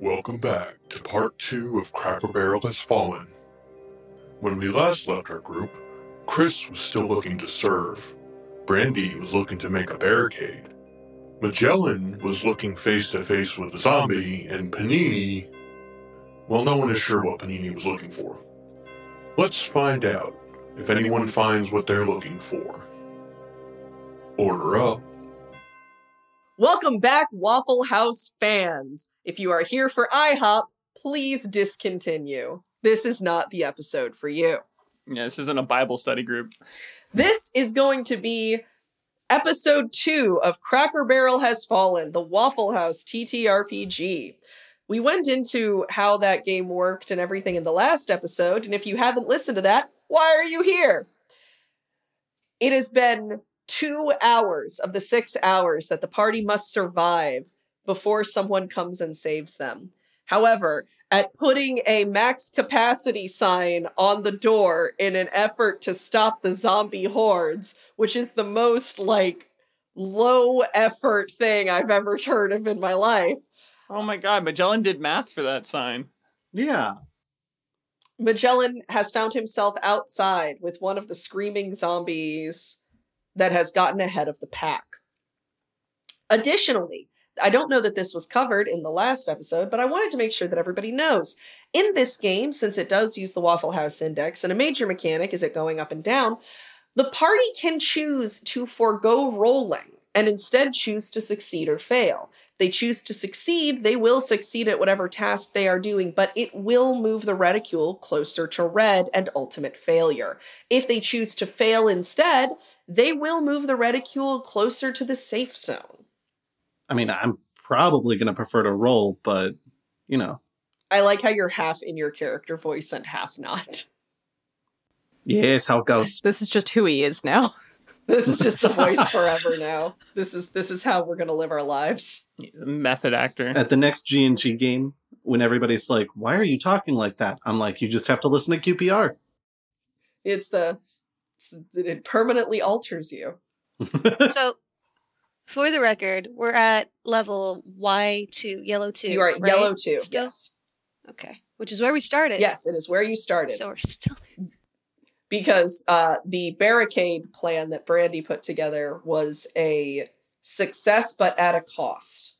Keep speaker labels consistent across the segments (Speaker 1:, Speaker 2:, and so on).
Speaker 1: Welcome back to part two of Cracker Barrel Has Fallen. When we last left our group, Chris was still looking to serve, Brandy was looking to make a barricade, Magellan was looking face to face with a zombie, and Panini. Well, no one is sure what Panini was looking for. Let's find out if anyone finds what they're looking for. Order up.
Speaker 2: Welcome back, Waffle House fans. If you are here for IHOP, please discontinue. This is not the episode for you.
Speaker 3: Yeah, this isn't a Bible study group.
Speaker 2: This is going to be episode two of Cracker Barrel Has Fallen, the Waffle House TTRPG. We went into how that game worked and everything in the last episode, and if you haven't listened to that, why are you here? It has been two hours of the six hours that the party must survive before someone comes and saves them. However, at putting a max capacity sign on the door in an effort to stop the zombie hordes, which is the most like low effort thing I've ever heard of in my life.
Speaker 3: Oh my God, Magellan did math for that sign.
Speaker 4: Yeah.
Speaker 2: Magellan has found himself outside with one of the screaming zombies that has gotten ahead of the pack. Additionally, I don't know that this was covered in the last episode, but I wanted to make sure that everybody knows. In this game, since it does use the Waffle House Index, and a major mechanic is it going up and down, the party can choose to forego rolling and instead choose to succeed or fail. If they choose to succeed, they will succeed at whatever task they are doing, but it will move the reticule closer to red and ultimate failure. If they choose to fail instead, they will move the reticule closer to the safe zone.
Speaker 4: I mean, I'm probably going to prefer to roll, but, you know.
Speaker 2: I like how you're half in your character voice and half not.
Speaker 4: Yeah, it's how it goes.
Speaker 5: This is just who he is now.
Speaker 2: This is just the voice forever now. This is this is how we're gonna live our lives.
Speaker 3: He's a method actor.
Speaker 4: At the next G&G game, when everybody's like, why are you talking like that? I'm like, you just have to listen to QPR.
Speaker 2: It's the it's, it permanently alters you.
Speaker 6: so for the record, we're at level Y2, yellow 2.
Speaker 2: you are at
Speaker 6: right?
Speaker 2: yellow too.
Speaker 6: Still?
Speaker 2: Yes.
Speaker 6: Okay. Which is where we started.
Speaker 2: Yes, it is where you started.
Speaker 6: So we're still
Speaker 2: because uh, the barricade plan that Brandy put together was a success, but at a cost.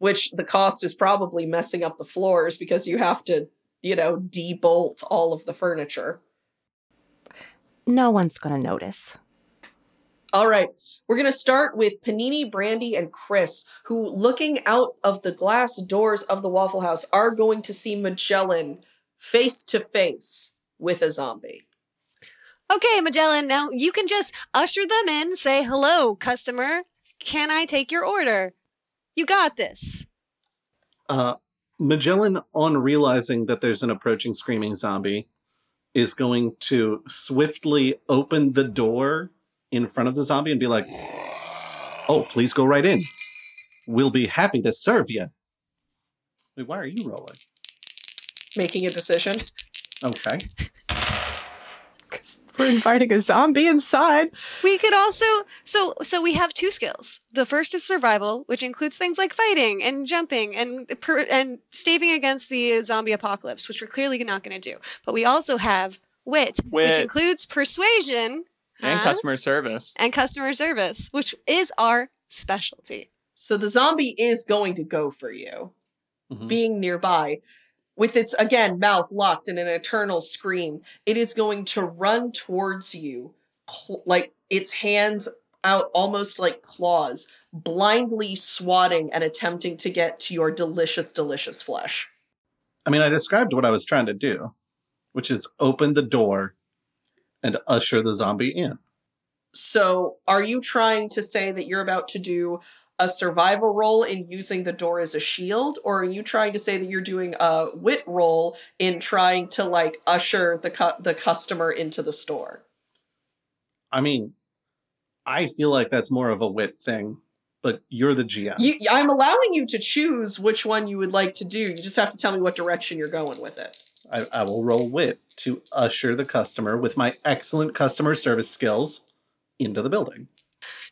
Speaker 2: Which the cost is probably messing up the floors because you have to, you know, debolt all of the furniture.
Speaker 5: No one's gonna notice.
Speaker 2: All right. We're going to start with Panini, Brandy, and Chris, who, looking out of the glass doors of the Waffle House, are going to see Magellan face to face with a zombie.
Speaker 6: Okay, Magellan, now you can just usher them in, say, hello, customer. Can I take your order? You got this.
Speaker 4: Uh, Magellan, on realizing that there's an approaching screaming zombie, is going to swiftly open the door in front of the zombie and be like, oh, please go right in. We'll be happy to serve you. Wait, why are you rolling?
Speaker 2: Making a decision.
Speaker 4: Okay.
Speaker 5: 'Cause we're inviting a zombie inside.
Speaker 6: We could also so so we have two skills. The first is survival, which includes things like fighting and jumping and per, and staving against the zombie apocalypse, which we're clearly not going to do. But we also have wit,
Speaker 3: Wit.
Speaker 6: which includes persuasion
Speaker 3: And
Speaker 6: huh?
Speaker 3: customer service.
Speaker 6: and customer service, which is our specialty.
Speaker 2: So the zombie is going to go for you,
Speaker 4: Mhm.
Speaker 2: being nearby. With its, again, mouth locked in an eternal scream, it is going to run towards you, cl- like its hands out almost like claws, blindly swatting and attempting to get to your delicious, delicious flesh.
Speaker 4: I mean, I described what I was trying to do, which is open the door and usher the zombie in.
Speaker 2: So, are you trying to say that you're about to do a survival roll in using the door as a shield, or are you trying to say that you're doing a wit roll in trying to like usher the cu- the customer into the store?
Speaker 4: I mean, I feel like that's more of a wit thing, but you're the GM.
Speaker 2: You, I'm allowing you to choose which one you would like to do. You just have to tell me what direction you're going with it.
Speaker 4: I, I will roll wit to usher the customer with my excellent customer service skills into the building.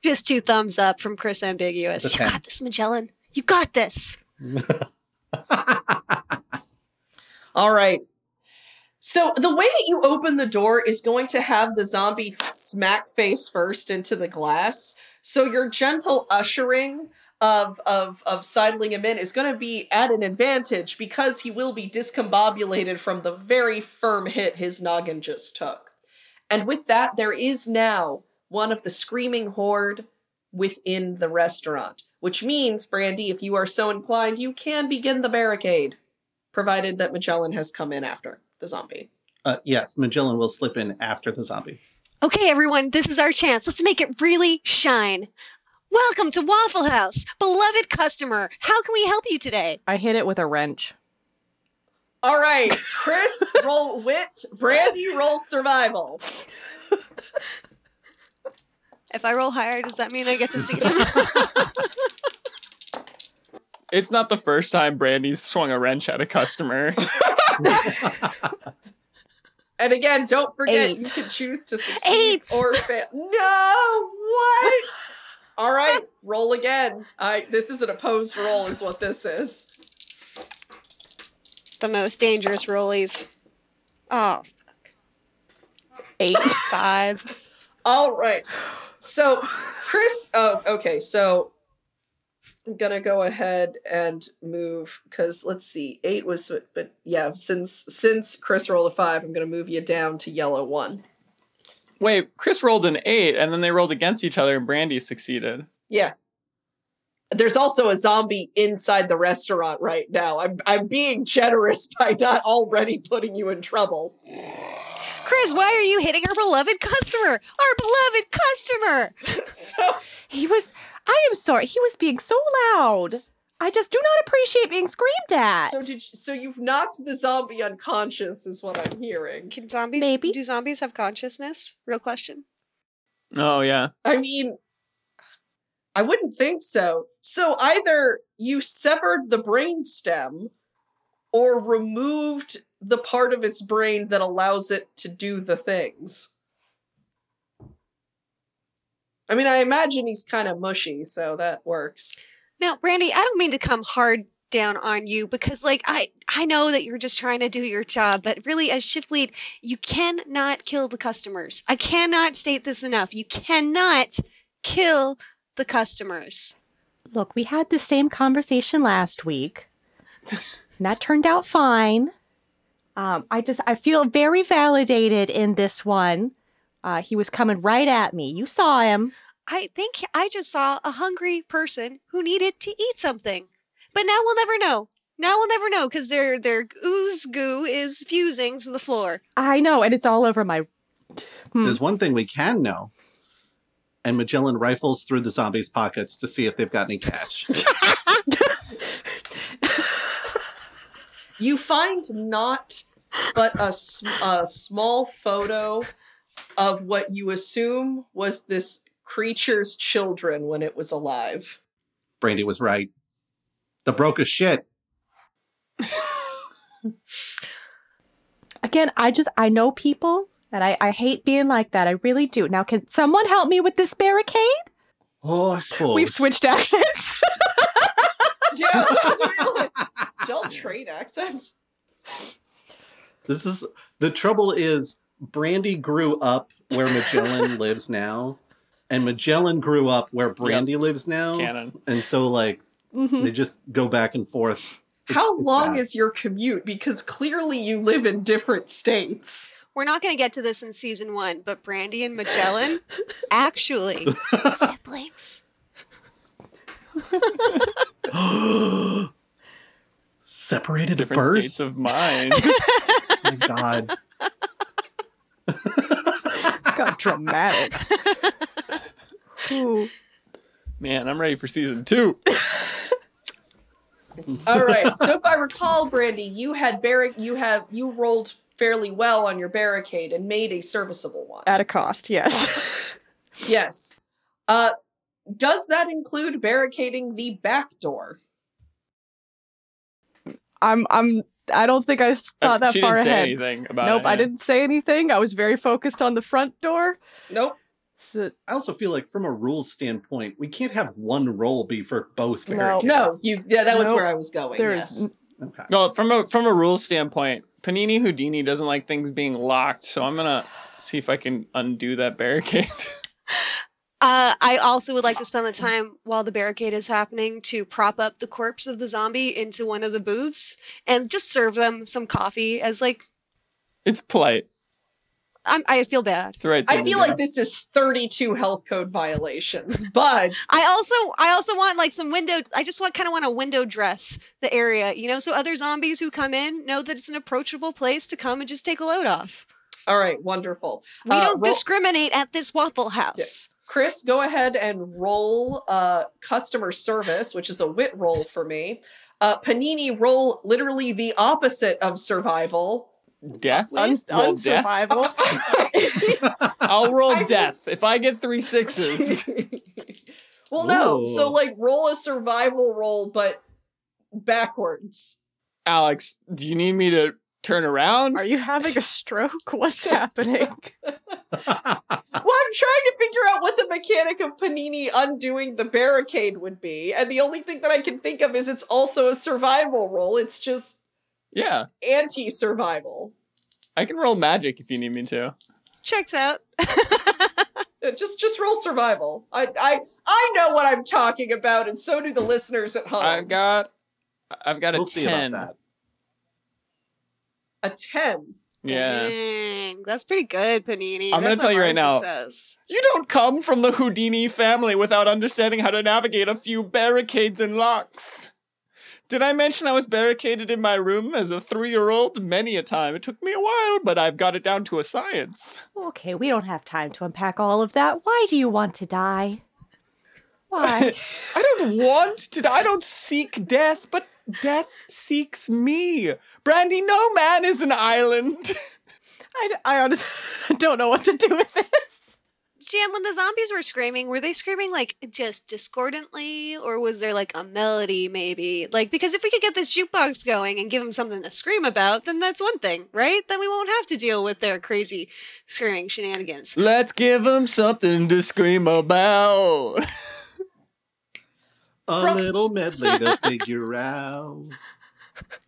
Speaker 6: Just two thumbs up from Chris Ambiguous.
Speaker 4: It's a
Speaker 6: You
Speaker 4: ten.
Speaker 6: got this, Magellan. You got this.
Speaker 2: All right. So the way that you open the door is going to have the zombie smack face first into the glass. So your gentle ushering of of of sidling him in is going to be at an advantage because he will be discombobulated from the very firm hit his noggin just took. And with that, there is now one of the screaming horde within the restaurant, which means, Brandy, if you are so inclined, you can begin the barricade provided that Magellan has come in after the zombie.
Speaker 4: Uh, yes, Magellan will slip in after the zombie.
Speaker 6: Okay, everyone, this is our chance. Let's make it really shine. Welcome to Waffle House, beloved customer. How can we help you today?
Speaker 5: I hit it with a wrench.
Speaker 2: All right, Chris, roll wit. Brandy, roll survival.
Speaker 6: If I roll higher, does that mean I get to see them?
Speaker 3: It's not the first time Brandy's swung a wrench at a customer.
Speaker 2: And again, don't forget you
Speaker 5: Eight.
Speaker 2: can choose to succeed
Speaker 6: Eight.
Speaker 2: or fail. No, what? All right, roll again. I this is an opposed roll, is what this is.
Speaker 6: the most dangerous rollies. Oh,
Speaker 5: Eight.
Speaker 6: five.
Speaker 2: All right. So, Chris. Oh, okay. So, I'm gonna go ahead and move because let's see. Eight was, but yeah. Since since Chris rolled a five, I'm gonna move you down to yellow one.
Speaker 3: Wait, Chris rolled an eight, and then they rolled against each other, and Brandy succeeded.
Speaker 2: Yeah. There's also a zombie inside the restaurant right now. I'm I'm being generous by not already putting you in trouble.
Speaker 6: Chris, why are you hitting our beloved customer? Our beloved customer!
Speaker 2: So
Speaker 5: He was. I am sorry. He was being so loud. I just do not appreciate being screamed at.
Speaker 2: so did you, so you've knocked the zombie unconscious is what I'm hearing.
Speaker 6: Can zombies
Speaker 5: Maybe.
Speaker 6: do zombies have consciousness? Real question.
Speaker 3: Oh, yeah.
Speaker 2: I mean, I wouldn't think so. So either you severed the brain stem or removed the part of its brain that allows it to do the things. I mean, I imagine he's kind of mushy, so that works.
Speaker 6: Now, Brandy, I don't mean to come hard down on you because like I I know that you're just trying to do your job, but really as shift lead, you cannot kill the customers. I cannot state this enough. You cannot kill the customers.
Speaker 5: Look, we had the same conversation last week, and that turned out fine. Um, I just I feel very validated in this one. Uh, he was coming right at me. You saw him.
Speaker 6: I think I just saw a hungry person who needed to eat something. But now we'll never know. Now we'll never know because their their ooze goo is fusing to the floor.
Speaker 5: I know, and it's all over my. Hmm.
Speaker 4: There's one thing we can know. And Magellan rifles through the zombies' pockets to see if they've got any cash.
Speaker 2: You find not but a, s- a small photo of what you assume was this creature's children when it was alive.
Speaker 4: Brandy was right. The broke as shit.
Speaker 5: Again, I just I know people, and I I hate being like that. I really do. Now, can someone help me with this barricade?
Speaker 4: Oh, I suppose.
Speaker 5: We've switched accents.
Speaker 2: Yeah, really. Y'all trade accents.
Speaker 4: This is the trouble is Brandy grew up where Magellan lives now, and Magellan grew up where Brandy lives now.
Speaker 3: Canon.
Speaker 4: And so like
Speaker 5: Mhm.
Speaker 4: they just go back and forth. It's-
Speaker 2: How
Speaker 4: it's
Speaker 2: long
Speaker 4: bad.
Speaker 2: is your commute? Because clearly you live in different states.
Speaker 6: We're not going to get to this in season one, but Brandy and Magellan actually siblings.
Speaker 4: separated at
Speaker 3: Different
Speaker 4: birth?
Speaker 3: states of mind.
Speaker 4: oh my god.
Speaker 5: got dramatic. Ooh.
Speaker 3: Man, I'm ready for season two.
Speaker 2: All right. So if I recall, Brandy, you had barric you have you rolled fairly well on your barricade and made a serviceable one.
Speaker 5: At a cost, yes.
Speaker 2: Uh, Yes. Uh does that include barricading the back door?
Speaker 5: I'm I'm I don't think I thought that
Speaker 3: Uh, she
Speaker 5: far
Speaker 3: didn't say
Speaker 5: ahead.
Speaker 3: anything about
Speaker 5: Nope,
Speaker 3: it.
Speaker 5: I
Speaker 3: yeah.
Speaker 5: didn't say anything. I was very focused on the front door.
Speaker 2: Nope.
Speaker 5: So,
Speaker 4: I also feel like from a rules standpoint, we can't have one role be for both
Speaker 5: No.
Speaker 4: barricades.
Speaker 2: No, you yeah, that was
Speaker 5: Nope.
Speaker 2: where I was going.
Speaker 5: there
Speaker 2: yes.
Speaker 5: is n-
Speaker 4: Okay.
Speaker 3: No, from a from a rules standpoint, Panini Houdini doesn't like things being locked, so I'm gonna see if I can undo that barricade.
Speaker 6: Uh, I also would like to spend the time while the barricade is happening to prop up the corpse of the zombie into one of the booths and just serve them some coffee as like
Speaker 3: it's polite.
Speaker 6: I'm, I feel bad.
Speaker 3: It's the right. Thing
Speaker 2: I
Speaker 3: to
Speaker 2: feel
Speaker 3: do.
Speaker 2: like this is 32 health code violations, but
Speaker 6: I also I also want like some window. I just want kind of want to window dress the area, you know, so other zombies who come in know that it's an approachable place to come and just take a load off.
Speaker 2: all right, wonderful.
Speaker 6: We
Speaker 2: Uh,
Speaker 6: don't
Speaker 2: roll-
Speaker 6: discriminate at this Waffle House.
Speaker 2: Chris, go ahead and roll uh, customer service, which is a wit roll for me. Uh, Panini roll literally the opposite of survival.
Speaker 3: death.
Speaker 2: Un-
Speaker 3: roll death. I'll roll
Speaker 2: I mean-
Speaker 3: death. If I get three sixes,
Speaker 2: well, no.
Speaker 4: Whoa.
Speaker 2: So, like, roll a survival roll, but backwards.
Speaker 3: Alex, do you need me to turn around?
Speaker 5: Are you having a stroke? What's happening?
Speaker 2: Well, I'm trying to figure out what the mechanic of Panini undoing the barricade would be. And the only thing that I can think of is it's also a survival roll, it's just
Speaker 3: yeah,
Speaker 2: anti survival.
Speaker 3: I can roll magic if you need me to.
Speaker 6: Checks out.
Speaker 2: Uh, Just just roll survival. I I I know what I'm talking about, and so do the listeners at home.
Speaker 3: I've got, I've got a
Speaker 4: we'll see
Speaker 3: ten.
Speaker 4: about that.
Speaker 2: a ten.
Speaker 3: Yeah.
Speaker 6: Dang, that's pretty good, Panini.
Speaker 3: I'm gonna
Speaker 6: That's a
Speaker 3: tell you
Speaker 6: hard
Speaker 3: right now,
Speaker 6: success.
Speaker 3: You don't come from the Houdini family without understanding how to navigate a few barricades and locks. Did I mention I was barricaded in my room as a three year old many a time? It took me a while, but I've got it down to a science.
Speaker 5: okay, we don't have time to unpack all of that. Why do you want to die? Why?
Speaker 3: I don't want to, I don't seek death, but death seeks me. Brandy, no man is an island.
Speaker 5: I, d- I honestly don't know what to do with this.
Speaker 6: Jam, when the zombies were screaming, were they screaming like just discordantly, or was there like a melody maybe? Like, because if we could get this jukebox going and give them something to scream about, then that's one thing, right? Then we won't have to deal with their crazy screaming shenanigans.
Speaker 3: Let's give them something to scream about.
Speaker 4: A
Speaker 2: From-
Speaker 4: little medley to figure out.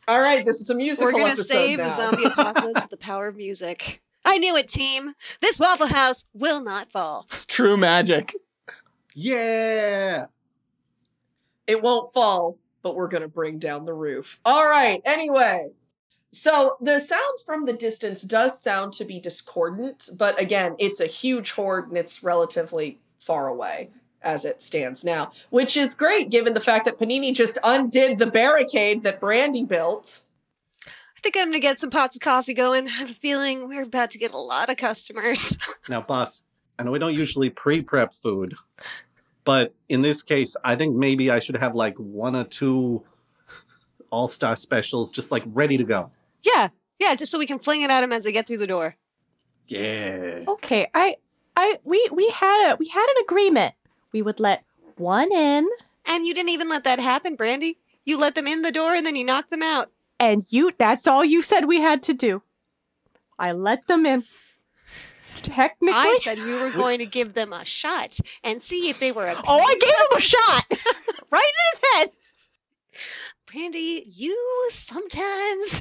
Speaker 2: All right, this is a musical
Speaker 6: We're gonna
Speaker 2: episode
Speaker 6: save
Speaker 2: now.
Speaker 6: the zombie apocalypse with the power of music. I knew it, team. This Waffle House will not fall.
Speaker 3: True magic.
Speaker 4: Yeah.
Speaker 2: It won't fall, but we're going to bring down the roof. All right. Anyway. So the sound from the distance does sound to be discordant, but again, it's a huge horde and it's relatively far away as it stands now, which is great given the fact that Panini just undid the barricade that Brandy built.
Speaker 6: I think I'm gonna get some pots of coffee going. I have a feeling we're about to get a lot of customers.
Speaker 4: Now, boss, I know we don't usually pre prep food, but in this case, I think maybe I should have like one or two all star specials just like ready to go.
Speaker 6: yeah, yeah, just so we can fling it at them as they get through the door.
Speaker 4: Yeah.
Speaker 5: Okay, I I we we had a we had an agreement. We would let one in
Speaker 6: And you didn't even let that happen, Brandy. You let them in the door and then you knocked them out.
Speaker 5: and you that's all you said we had to do. I let them in. Technically
Speaker 6: I said we were going to give them a shot and see if they were a
Speaker 5: Oh, I gave him a shot right in his head.
Speaker 6: Brandy, you sometimes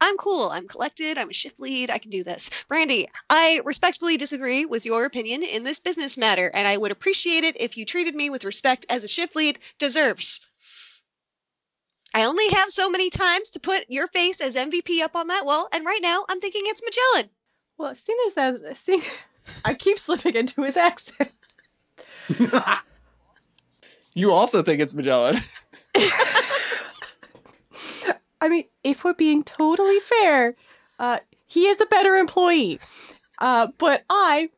Speaker 6: I'm cool. I'm collected. I'm a shift lead. I can do this. Brandy, I respectfully disagree with your opinion in this business matter, and I would appreciate it if you treated me with respect as a shift lead deserves. I only have so many times to put your face as MVP up on that wall, and right now I'm thinking it's Magellan.
Speaker 5: Well, as soon as that, see, I keep slipping into his accent.
Speaker 3: You also think it's Magellan.
Speaker 5: I mean, if we're being totally fair, uh, he is a better employee. Uh, but I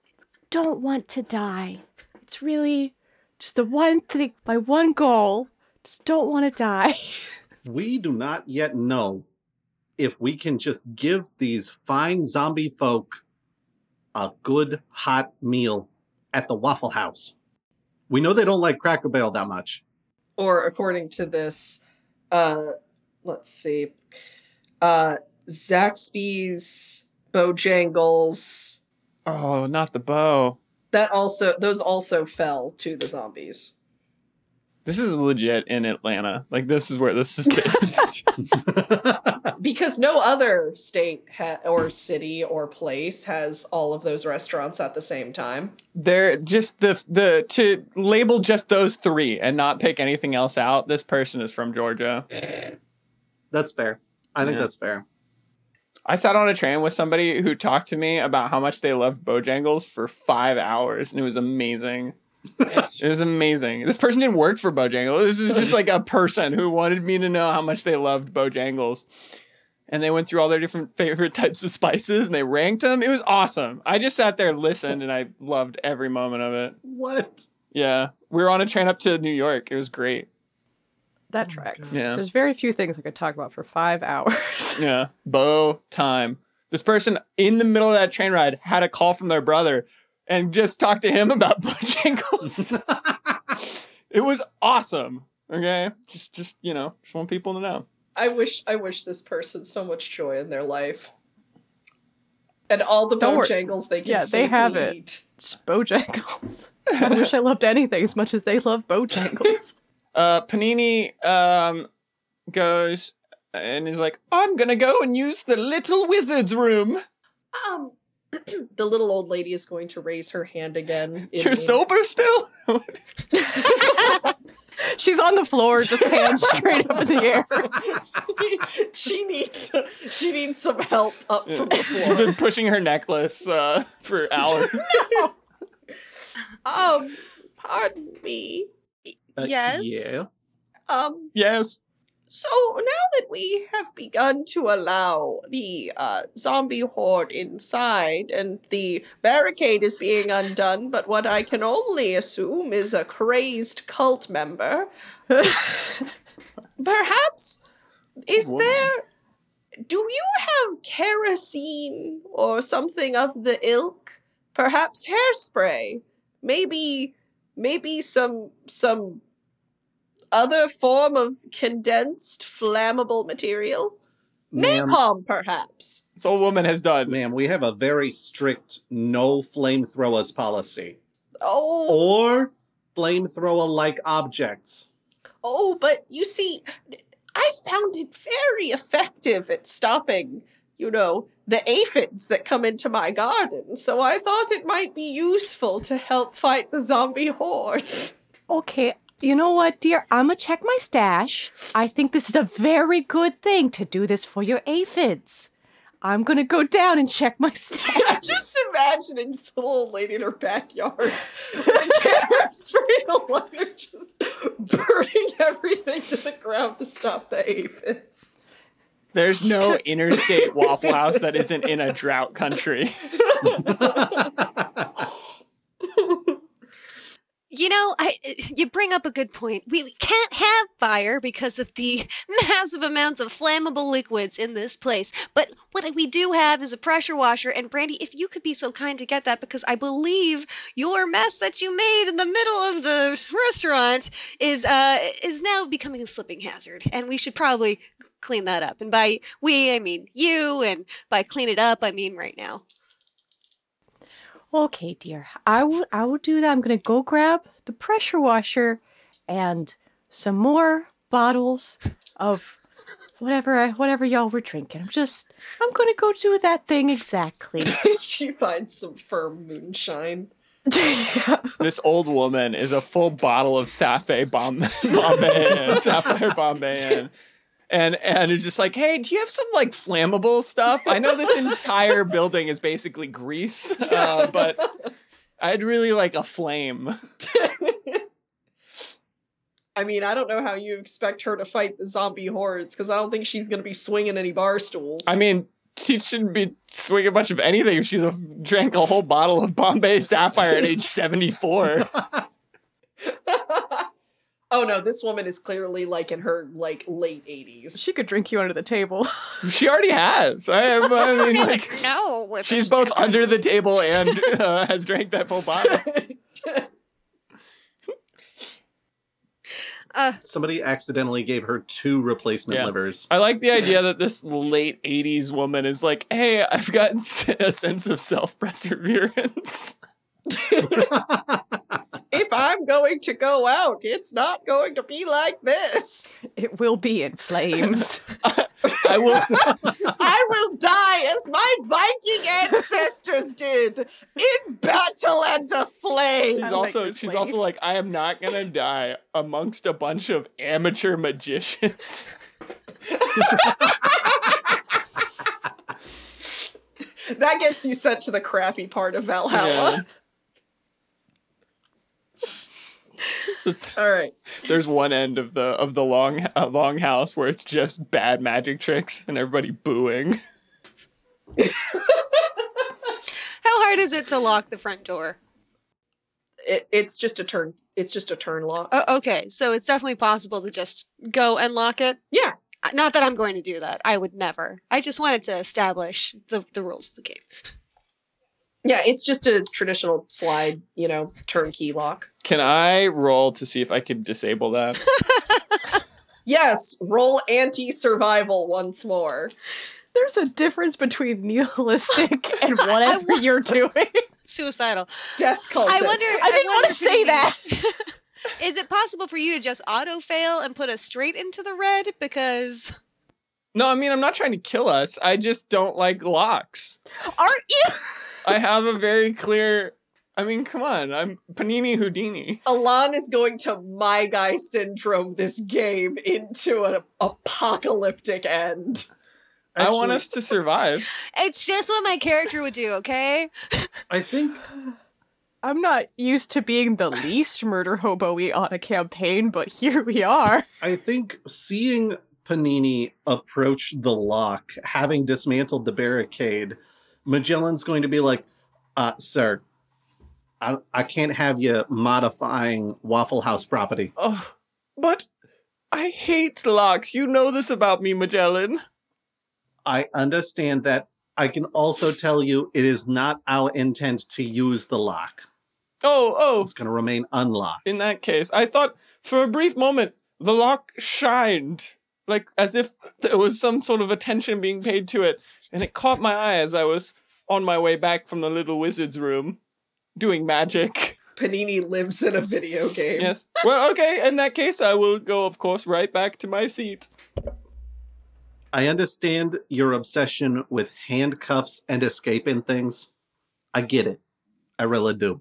Speaker 5: don't want to die. It's really just the one thing, my one goal. Just don't want to die.
Speaker 4: We do not yet know if we can just give these fine zombie folk a good hot meal at the Waffle House. We know they don't like Cracker Barrel that much.
Speaker 2: or according to this, uh, let's see, uh, Zaxby's, Bojangles,
Speaker 3: Oh, not the bow.
Speaker 2: that also those also fell to the zombies.
Speaker 3: This is legit in Atlanta. Like this is where this is based.
Speaker 2: because no other state ha- or city or place has all of those restaurants at the same time.
Speaker 3: They're just the the to label just those three and not pick anything else out. This person is from Georgia.
Speaker 4: That's fair. I think
Speaker 3: Yeah.
Speaker 4: that's fair.
Speaker 3: I sat on a train with somebody who talked to me about how much they loved Bojangles for five hours, and it was amazing. it was amazing. This person didn't work for Bojangles. This was just like a person who wanted me to know how much they loved Bojangles. And they went through all their different favorite types of spices and they ranked them. It was awesome. I just sat there, listened, and I loved every moment of it.
Speaker 4: What?
Speaker 3: Yeah. We were on a train up to New York. It was great.
Speaker 7: That tracks.
Speaker 3: Yeah.
Speaker 7: There's very few things I could talk about for five hours.
Speaker 3: Yeah. Bow time. This person in the middle of that train ride had a call from their brother and just talked to him about Bojangles. it was awesome. Okay. Just just you know, just want people to know.
Speaker 2: I wish I wish this person so much joy in their life. And all the
Speaker 7: Don't worry.
Speaker 2: bojangles they can
Speaker 7: Yeah, they
Speaker 2: safely
Speaker 7: have it.
Speaker 2: eat.
Speaker 7: It's Bojangles. I wish I loved anything as much as they love Bojangles.
Speaker 3: Uh Panini um goes and is like, I'm gonna go and use the little wizard's room.
Speaker 2: Um the little old lady is going to raise her hand again. in
Speaker 3: You're
Speaker 2: anger.
Speaker 3: sober still?
Speaker 7: She's on the floor, just hands straight up in the air.
Speaker 2: she needs she needs some help up from the
Speaker 3: You've
Speaker 2: floor.
Speaker 3: been pushing her necklace uh, for hours.
Speaker 2: um pardon me.
Speaker 4: Uh,
Speaker 6: yes.
Speaker 4: Yeah.
Speaker 2: Um
Speaker 3: yes.
Speaker 2: So now that we have begun to allow the uh, zombie horde inside and the barricade is being undone, but what I can only assume is a crazed cult member, perhaps is
Speaker 3: Woman.
Speaker 2: there. Do you have kerosene or something of the ilk? Perhaps hairspray? Maybe. Maybe some. some other form of condensed flammable material?
Speaker 4: Ma'am,
Speaker 2: Napalm, perhaps.
Speaker 3: This old woman has done.
Speaker 4: ma'am, we have a very strict no flamethrowers policy.
Speaker 2: Oh,
Speaker 4: Or flamethrower like objects.
Speaker 2: oh, but you see, I found it very effective at stopping, you know, the aphids that come into my garden, so I thought it might be useful to help fight the zombie hordes.
Speaker 5: Okay, you know what, dear? I'ma check my stash. I think this is a very good thing to do this for your aphids. I'm gonna go down and check my
Speaker 2: I'm
Speaker 5: stash.
Speaker 2: just imagining this little old lady in her backyard with a camera spraying a lighter just burning everything to the ground to stop the aphids.
Speaker 3: There's no interstate Waffle House that isn't in a drought country.
Speaker 6: You know, I eh, you bring up a good point. We can't have fire because of the massive amounts of flammable liquids in this place. But what we do have is a pressure washer. And Brandy, if you could be so kind to get that, because I believe your mess that you made in the middle of the restaurant is uh is now becoming a slipping hazard, and we should probably clean that up. And by we, I mean you, and by clean it up, I mean right now.
Speaker 5: okay, dear. I will I will do that. I'm gonna go grab the pressure washer and some more bottles of whatever I, whatever y'all were drinking. I'm just I'm gonna go do that thing exactly.
Speaker 2: she finds some firm moonshine.
Speaker 3: This old woman is a full bottle of Safé Bomb- Bombay and Sapphire Bombay and, and and is just like, hey, do you have some like flammable stuff? I know this entire building is basically grease, uh, but I'd really like a flame.
Speaker 2: I mean, I don't know how you expect her to fight the zombie hordes because I don't think she's going to be swinging any bar stools.
Speaker 3: I mean, she shouldn't be swinging much of anything if she's a, drank a whole bottle of Bombay Sapphire at age seventy four.
Speaker 2: oh no, this woman is clearly like in her like late 80s.
Speaker 7: She could drink you under the table.
Speaker 3: She already has. I, am- I mean,
Speaker 6: Doesn't
Speaker 3: like.
Speaker 6: know if
Speaker 3: She's
Speaker 6: it's-
Speaker 3: both under the table and uh, has drank that full bottle.
Speaker 6: Uh,
Speaker 4: Somebody accidentally gave her two replacement
Speaker 3: Yeah.
Speaker 4: livers.
Speaker 3: I like the idea that this late 80s woman is like, hey, I've got s- a sense of self perseverance.
Speaker 2: if if I'm going to go out, it's not going to be like this.
Speaker 7: It will be in flames.
Speaker 3: I will.
Speaker 2: I will die as my Viking ancestors did in battle and aflame.
Speaker 3: She's
Speaker 7: like
Speaker 3: also
Speaker 7: this
Speaker 3: she's
Speaker 7: lady.
Speaker 3: also like I am not gonna die amongst a bunch of amateur magicians.
Speaker 2: That gets you sent to the crappy part of Valhalla. All right.
Speaker 3: There's one end of the of the long uh, long house where it's just bad magic tricks and everybody booing.
Speaker 6: How hard is it to lock the front door?
Speaker 2: It, it's just a turn. It's just a turn lock.
Speaker 6: Oh, okay, so it's definitely possible to just go and lock it.
Speaker 2: Yeah.
Speaker 6: Uh, Not that I'm going to do that. I would never. I just wanted to establish the, the rules of the game.
Speaker 2: Yeah, it's just a traditional slide, you know, turnkey lock.
Speaker 3: Can I roll to see if I can disable that?
Speaker 2: Yes, roll anti survival once more.
Speaker 7: There's a difference between nihilistic and whatever you're doing.
Speaker 6: Suicidal.
Speaker 2: Death cultist.
Speaker 6: I wonder.
Speaker 7: Oh, I didn't want
Speaker 6: wonder
Speaker 7: to
Speaker 6: if you
Speaker 7: say
Speaker 6: can-
Speaker 7: that.
Speaker 6: Is it possible for you to just auto fail and put us straight into the red? Because
Speaker 3: No, I mean I'm not trying to kill us. I just don't like locks.
Speaker 7: Are you?
Speaker 3: I have a very clear. I mean, come on. I'm Panini Houdini.
Speaker 2: Alan is going to my guy syndrome this game into an apocalyptic end.
Speaker 3: I
Speaker 4: Actually,
Speaker 3: want us to survive.
Speaker 6: it's just what my character would do. Okay.
Speaker 4: I think
Speaker 7: I'm not used to being the least murder hobo-y on a campaign, but here we are.
Speaker 4: I think seeing Panini approach the lock, having dismantled the barricade, Magellan's going to be like, uh, sir, I, I can't have you modifying Waffle House property.
Speaker 3: Oh, but I hate locks. You know this about me, Magellan.
Speaker 4: I understand that. I can also tell you it is not our intent to use the lock.
Speaker 3: Oh, oh.
Speaker 4: It's going to remain unlocked.
Speaker 3: In that case, I thought for a brief moment the lock shined, like as if there was some sort of attention being paid to it, and it caught my eye as I was on my way back from the little wizard's room doing magic.
Speaker 2: Panini lives in a video game.
Speaker 3: Yes. Well, okay, in that case, I will go, of course, right back to my seat.
Speaker 4: I understand your obsession with handcuffs and escaping things. I get it. I really do.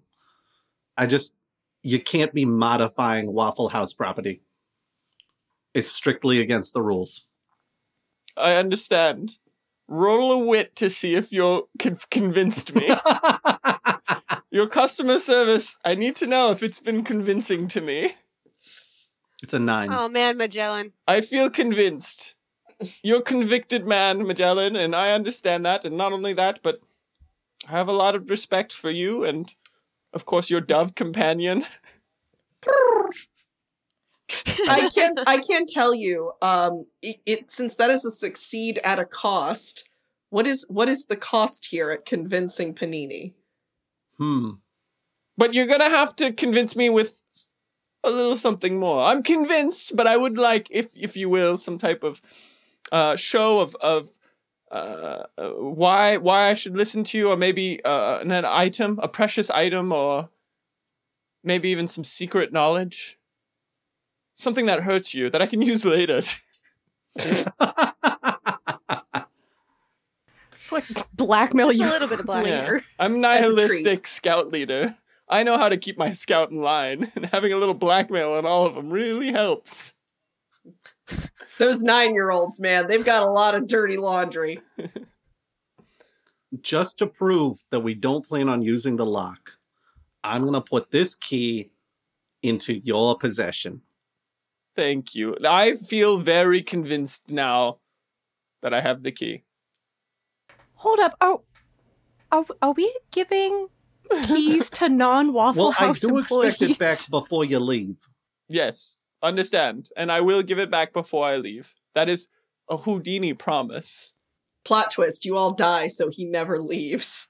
Speaker 4: I just, you can't be modifying Waffle House property. It's strictly against the rules.
Speaker 3: I understand. Roll a wit to see if you're con- convinced me. Your customer service, I need to know if it's been convincing to me.
Speaker 4: It's a nine.
Speaker 6: Oh man, Magellan.
Speaker 3: I feel convinced. You're a convicted man, Magellan, and I understand that. And not only that, but I have a lot of respect for you and, of course, your dove companion.
Speaker 2: I can I can tell you, um, it, it since that is a succeed at a cost. What is what is the cost here at convincing Panini?
Speaker 4: Hmm.
Speaker 3: But you're gonna have to convince me with s- a little something more. I'm convinced, but I would like, if if you will, some type of uh, show of of uh, uh, why why I should listen to you, or maybe uh, an, an item, a precious item, or maybe even some secret knowledge, something that hurts you that I can use later.
Speaker 7: It's like blackmail
Speaker 6: Just
Speaker 7: you.
Speaker 6: a little bit of black.
Speaker 3: Yeah.
Speaker 7: later.
Speaker 3: I'm
Speaker 2: As a treat.
Speaker 3: nihilistic scout leader. I know how to keep my scout in line, and having a little blackmail on all of them really helps.
Speaker 2: Those nine year olds, man, they've got a lot of dirty laundry.
Speaker 4: Just to prove that we don't plan on using the lock, I'm going to put this key into your possession.
Speaker 3: Thank you. I feel very convinced now that I have the key.
Speaker 5: Hold up. Are, are, are we giving keys to non Waffle
Speaker 4: Well, I
Speaker 5: House
Speaker 4: do
Speaker 5: employees?
Speaker 4: expect it back before you leave.
Speaker 3: Yes, understand. And I will give it back before I leave. That is a Houdini promise.
Speaker 2: Plot twist, you all die, so he never leaves.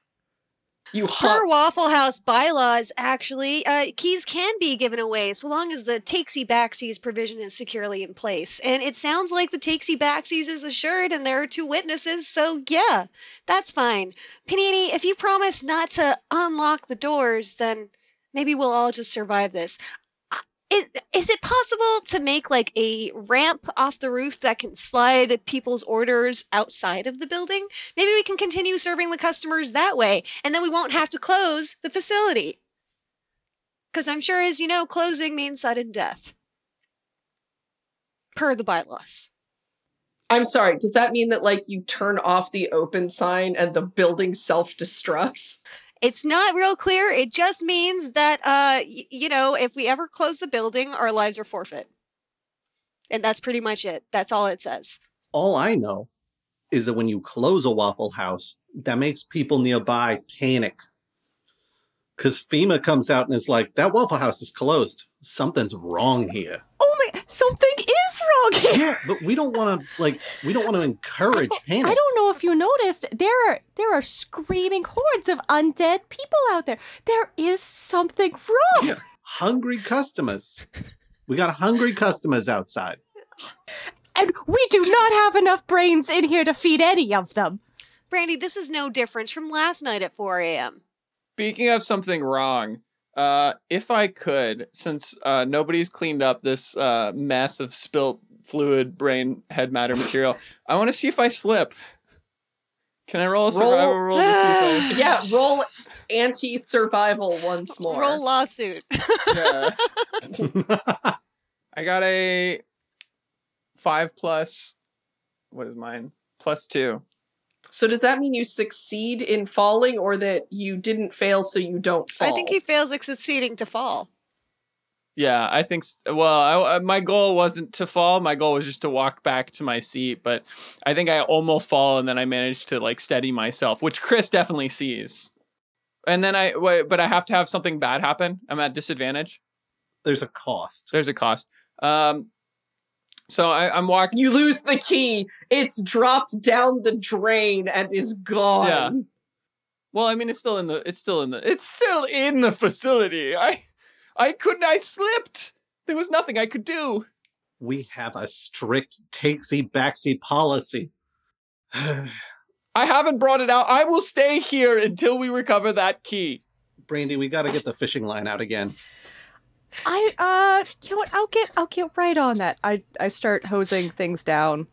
Speaker 2: You haunt
Speaker 6: Per Waffle House bylaws, actually, uh, keys can be given away so long as the takesy backsies provision is securely in place. And it sounds like the takesy backsies is assured and there are two witnesses, so yeah, that's fine. Panini, if you promise not to unlock the doors, then maybe we'll all just survive this. Uh, Is, is it possible to make like a ramp off the roof that can slide people's orders outside of the building? Maybe we can continue serving the customers that way, and then we won't have to close the facility. Because I'm sure, as you know, closing means sudden death, per the bylaws.
Speaker 2: I'm sorry, does that mean that like you turn off the open sign and the building self destructs?
Speaker 6: It's not real clear. It just means that, uh, y- you know, if we ever close the building, our lives are forfeit. And that's pretty much it. That's all it says.
Speaker 4: All I know is that when you close a Waffle House, that makes people nearby panic. Because FEMA comes out and is like, that Waffle House is closed. Something's wrong here.
Speaker 5: Oh my, something is wrong here.
Speaker 4: Yeah, but we don't want to, like, we don't want to encourage panic.
Speaker 5: I don't know if you noticed, there are there are screaming hordes of undead people out there. There is something wrong.
Speaker 4: Yeah. Hungry customers. We got hungry customers outside.
Speaker 5: And we do not have enough brains in here to feed any of them.
Speaker 6: Brandy, this is no difference from last night at 4 a.m.
Speaker 3: Speaking of something wrong, uh, if I could, since uh, nobody's cleaned up this uh, mess of spilt fluid, brain, head matter material, I want to see if I slip. Can I roll a survival
Speaker 2: Roll-
Speaker 3: roll to see if
Speaker 2: Yeah, roll anti survival once more.
Speaker 6: Roll lawsuit.
Speaker 3: I? Yeah. I got a five plus. What is mine? Plus two.
Speaker 2: so does that mean you succeed in falling or that you didn't fail so you don't fall?
Speaker 6: I think he fails at succeeding to fall.
Speaker 3: Yeah, I think. s- Well, I, uh, my goal wasn't to fall. My goal was just to walk back to my seat. But I think I almost fall, and then I managed to like steady myself, which Chris definitely sees. And then I, wait, but I have to have something bad happen. I'm at disadvantage.
Speaker 4: There's a cost.
Speaker 3: There's a cost. Um, so I, I'm walking.
Speaker 2: you lose the key. It's dropped down the drain and is gone.
Speaker 3: Yeah. Well, I mean, it's still in the. It's still in the. It's still in the facility. I, I couldn't. I slipped. There was nothing I could do.
Speaker 4: We have a strict takesy backsy policy.
Speaker 3: I haven't brought it out. I will stay here until we recover that key.
Speaker 4: Brandy, we got to get the fishing line out again.
Speaker 5: I uh you know what, I'll get I'll get right on that.
Speaker 7: That I I start hosing things down,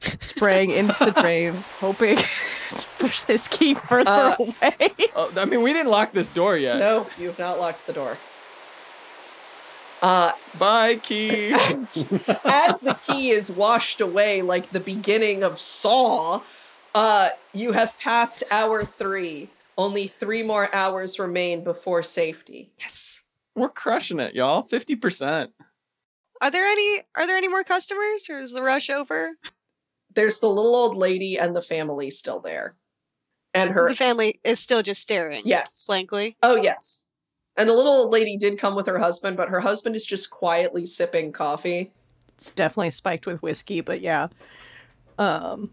Speaker 7: spraying into the drain, hoping to push this key further
Speaker 2: Uh,
Speaker 7: away.
Speaker 3: Oh, I mean, we didn't lock this door yet.
Speaker 2: No, you have not locked the door. Uh,
Speaker 3: Bye, key.
Speaker 2: as, as the key is washed away like the beginning of Saw, uh, you have passed hour three. Only three more hours remain before safety.
Speaker 6: Yes.
Speaker 3: We're crushing it, y'all. Fifty percent.
Speaker 6: Are there any are there any more customers or is the rush over?
Speaker 2: There's the little old lady and the family still there. And her
Speaker 6: The family is still just staring.
Speaker 2: Yes.
Speaker 6: Blankly.
Speaker 2: Oh yes. And the little old lady did come with her husband, but her husband is just quietly sipping coffee.
Speaker 7: it's definitely spiked with whiskey, but yeah. Um,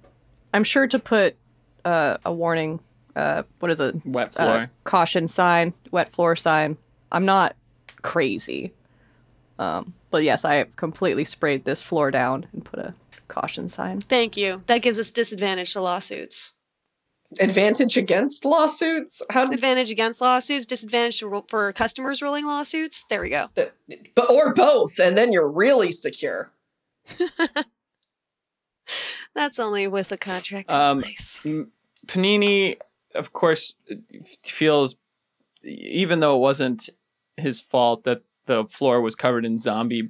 Speaker 7: I'm sure to put uh, a warning. Uh, what is it?
Speaker 3: Wet floor.
Speaker 7: Uh, caution sign, wet floor sign. I'm not crazy, um, but yes, I have completely sprayed this floor down and put a caution sign.
Speaker 6: Thank you. That gives us disadvantage to lawsuits.
Speaker 2: Advantage against lawsuits? How did
Speaker 6: Advantage against lawsuits, disadvantage to ro- for customers rolling lawsuits. There we go.
Speaker 2: but or both, and then you're really secure.
Speaker 6: That's only with the contract in
Speaker 3: Um,
Speaker 6: place.
Speaker 3: M- Panini, of course, f- feels, even though it wasn't his fault that the floor was covered in zombie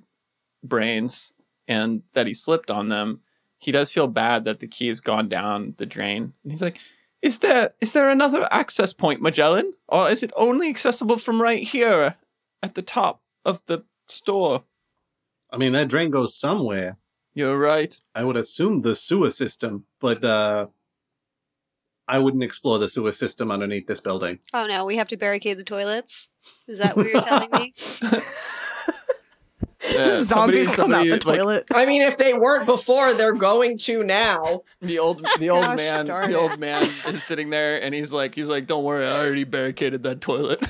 Speaker 3: brains and that he slipped on them, he does feel bad that the key has gone down the drain. And he's like, "Is there is there another access point, Magellan, or is it only accessible from right here at the top of the store?"
Speaker 4: I mean, that drain goes somewhere.
Speaker 3: You're right.
Speaker 4: I would assume the sewer system, but uh, I wouldn't explore the sewer system underneath this building.
Speaker 6: Oh no, we have to barricade the toilets. Is that what you're telling me?
Speaker 3: Yeah, somebody-
Speaker 7: Zombies come out
Speaker 3: somebody,
Speaker 7: the
Speaker 3: like,
Speaker 7: toilet.
Speaker 2: I mean, if they weren't before, they're going to now.
Speaker 3: The old the old
Speaker 7: Gosh
Speaker 3: man
Speaker 7: darn
Speaker 3: the
Speaker 7: it.
Speaker 3: old man is sitting there and he's like he's like, Don't worry, I already barricaded that toilet.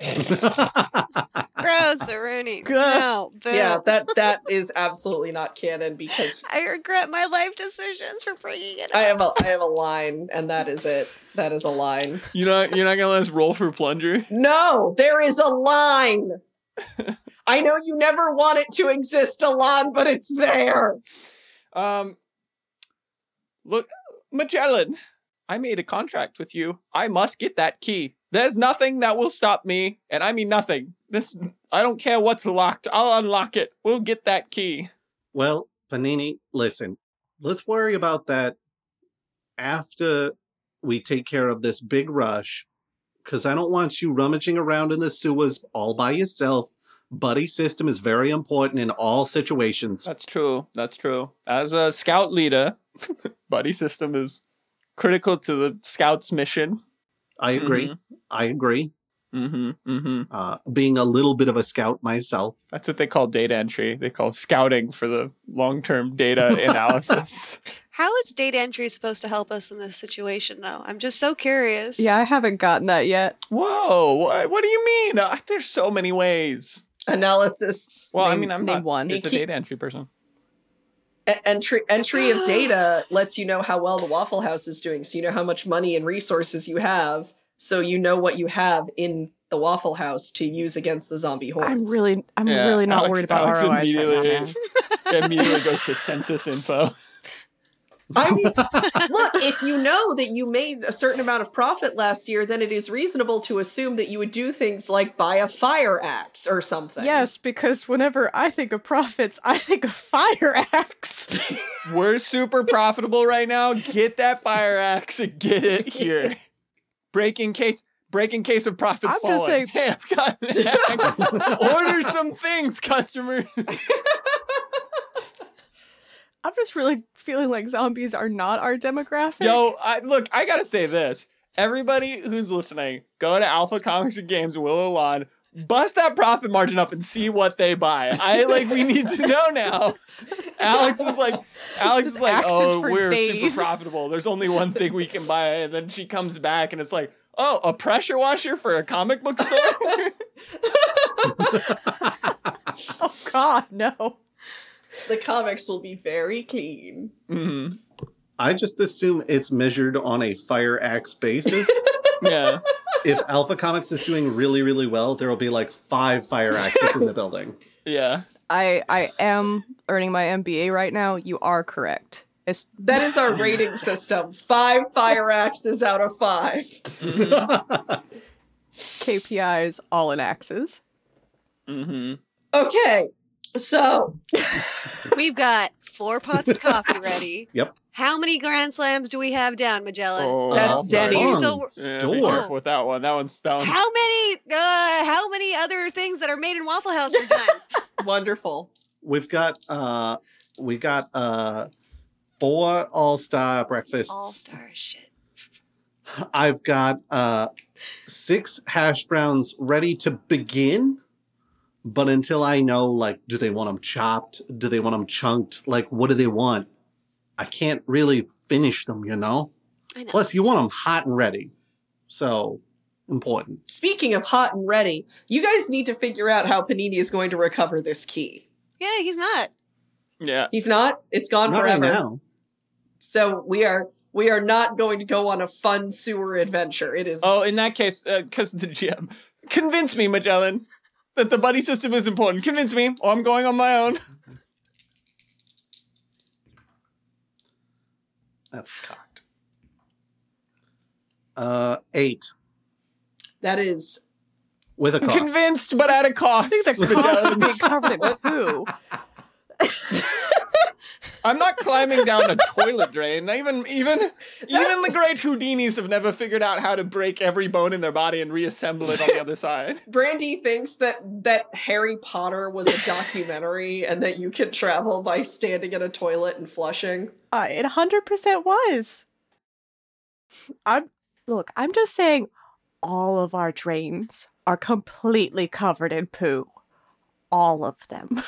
Speaker 6: Gross, Rooney.
Speaker 7: Good.
Speaker 6: No, boo.
Speaker 2: Yeah, that that is absolutely not canon because
Speaker 6: I regret my life decisions for bringing it up.
Speaker 2: I have a I have a line and that is it. That is a line.
Speaker 3: You know, you're not gonna let us roll for plunger.
Speaker 2: No, there is a line. I know you never want it to exist, Alon, but it's there.
Speaker 3: Um, look, Magellan, I made a contract with you. I must get that key. There's nothing that will stop me, and I mean nothing. This, I don't care what's locked. I'll unlock it. We'll get that key.
Speaker 4: Well, Panini, listen, let's worry about that after we take care of this big rush, because I don't want you rummaging around in the sewers all by yourself. Buddy system is very important in all
Speaker 2: Uh,
Speaker 4: situations.
Speaker 3: That's true. That's true. As a scout leader, buddy system is critical to the scouts' mission.
Speaker 4: I agree. I agree.
Speaker 3: Mm-hmm. Mm-hmm.
Speaker 4: Uh, being a little bit of a scout myself.
Speaker 3: That's what they call data entry. They call scouting for the long-term data analysis.
Speaker 6: How is data entry supposed to help us in this situation, though? I'm just so curious.
Speaker 7: Yeah, I haven't gotten that yet.
Speaker 3: Whoa! What, what do you mean? Uh, there's so many ways.
Speaker 2: Analysis
Speaker 3: Well, I
Speaker 7: Name-
Speaker 3: mean, I'm
Speaker 7: name
Speaker 3: not
Speaker 7: one.
Speaker 3: the
Speaker 2: It keep-
Speaker 3: data entry person.
Speaker 2: e- entry entry of data lets you know how well the Waffle House is doing, so you know how much money and resources you have, so you know what you have in the Waffle House to use against the zombie hordes.
Speaker 5: I'm really, I'm
Speaker 3: Yeah,
Speaker 5: really not
Speaker 3: Alex-
Speaker 5: worried about
Speaker 3: Alex
Speaker 5: ROIs right now.
Speaker 3: immediately-
Speaker 5: man.
Speaker 3: It immediately goes to census info.
Speaker 2: I mean, look, if you know that you made a certain amount of profit last year, then it is reasonable to assume that you would do things like buy a fire axe or something.
Speaker 5: Yes, because whenever I think of profits, I think of fire axe.
Speaker 3: We're super profitable right now. Get that fire axe and get it here. Breaking case. Breaking case of profits
Speaker 7: I'm just
Speaker 3: falling.
Speaker 7: saying-
Speaker 3: hey, I've got an axe. Order some things, customers.
Speaker 5: I'm just really feeling like zombies are not our demographic.
Speaker 3: Yo, I, look, I gotta say this. Everybody who's listening, go to Alpha Comics and Games Willow Lawn, bust that profit margin up and see what they buy. I like we need to know now. Alex is like Alex
Speaker 5: Just
Speaker 3: is like,
Speaker 5: axes
Speaker 3: oh,
Speaker 5: for
Speaker 3: we're
Speaker 5: days."
Speaker 3: super profitable. There's only one thing we can buy. And then she comes back and it's like, oh, a pressure washer for a comic book store?
Speaker 5: oh God, no.
Speaker 2: The comics will be very clean.
Speaker 3: hmm
Speaker 4: I just assume it's measured on a fire axe basis.
Speaker 3: Yeah.
Speaker 4: if Alpha Comics is doing really, really well, there will be like five fire axes in the building.
Speaker 3: Yeah.
Speaker 7: I I am earning my MBA right now. You are correct. It's
Speaker 2: That is our rating system. Five fire axes out of five. Mm-hmm.
Speaker 7: KPIs all in axes.
Speaker 3: hmm
Speaker 2: Okay. So
Speaker 6: We've got four pots of coffee ready.
Speaker 4: Yep. Oh,
Speaker 6: How many grand slams do we have down, Magellan?
Speaker 2: That's
Speaker 4: Denny's.
Speaker 6: Denny's. So-
Speaker 3: Oh, Yeah, be
Speaker 4: Store.
Speaker 3: careful with that one. That one's
Speaker 4: um,
Speaker 3: that one's
Speaker 6: How many? Uh, how many other things that are made in Waffle House are done?
Speaker 2: wonderful.
Speaker 4: We've got uh we got uh four all-star breakfasts.
Speaker 6: All star shit.
Speaker 4: I've got uh six hash browns ready to begin. But until I know like do they want them chopped? Do they want them chunked? Like what do they want? I can't really finish them, you know?
Speaker 6: I know.
Speaker 4: Plus you want them hot and ready. So important.
Speaker 2: Speaking of hot and ready, you guys need to figure out how Panini is going to recover this key.
Speaker 6: Yeah, he's not.
Speaker 3: Yeah.
Speaker 2: He's not. It's gone
Speaker 4: Not right
Speaker 2: forever.
Speaker 4: now.
Speaker 2: So we are we are not going to go on a fun sewer adventure. It is
Speaker 3: Oh, in that case, because the GM. Convince me, Magellan, that the buddy system is important. Convince me, or I'm going on my own.
Speaker 4: That's cocked. Uh eight.
Speaker 2: that is
Speaker 4: With a
Speaker 3: I'm
Speaker 4: cost.
Speaker 3: convinced, but at a cost.
Speaker 7: I think the cost of
Speaker 3: Magellan.
Speaker 7: being covered in poo.
Speaker 3: I'm not climbing down a toilet drain. Even even even the great Houdinis have never figured out how to break every bone in their body and reassemble it on the other side.
Speaker 2: Brandy thinks that that Harry Potter was a documentary and that you can travel by standing in a toilet and flushing.
Speaker 5: Uh, it 100% was. I'm
Speaker 7: Look,
Speaker 5: I'm just saying all of our drains are completely covered in poo. All of them,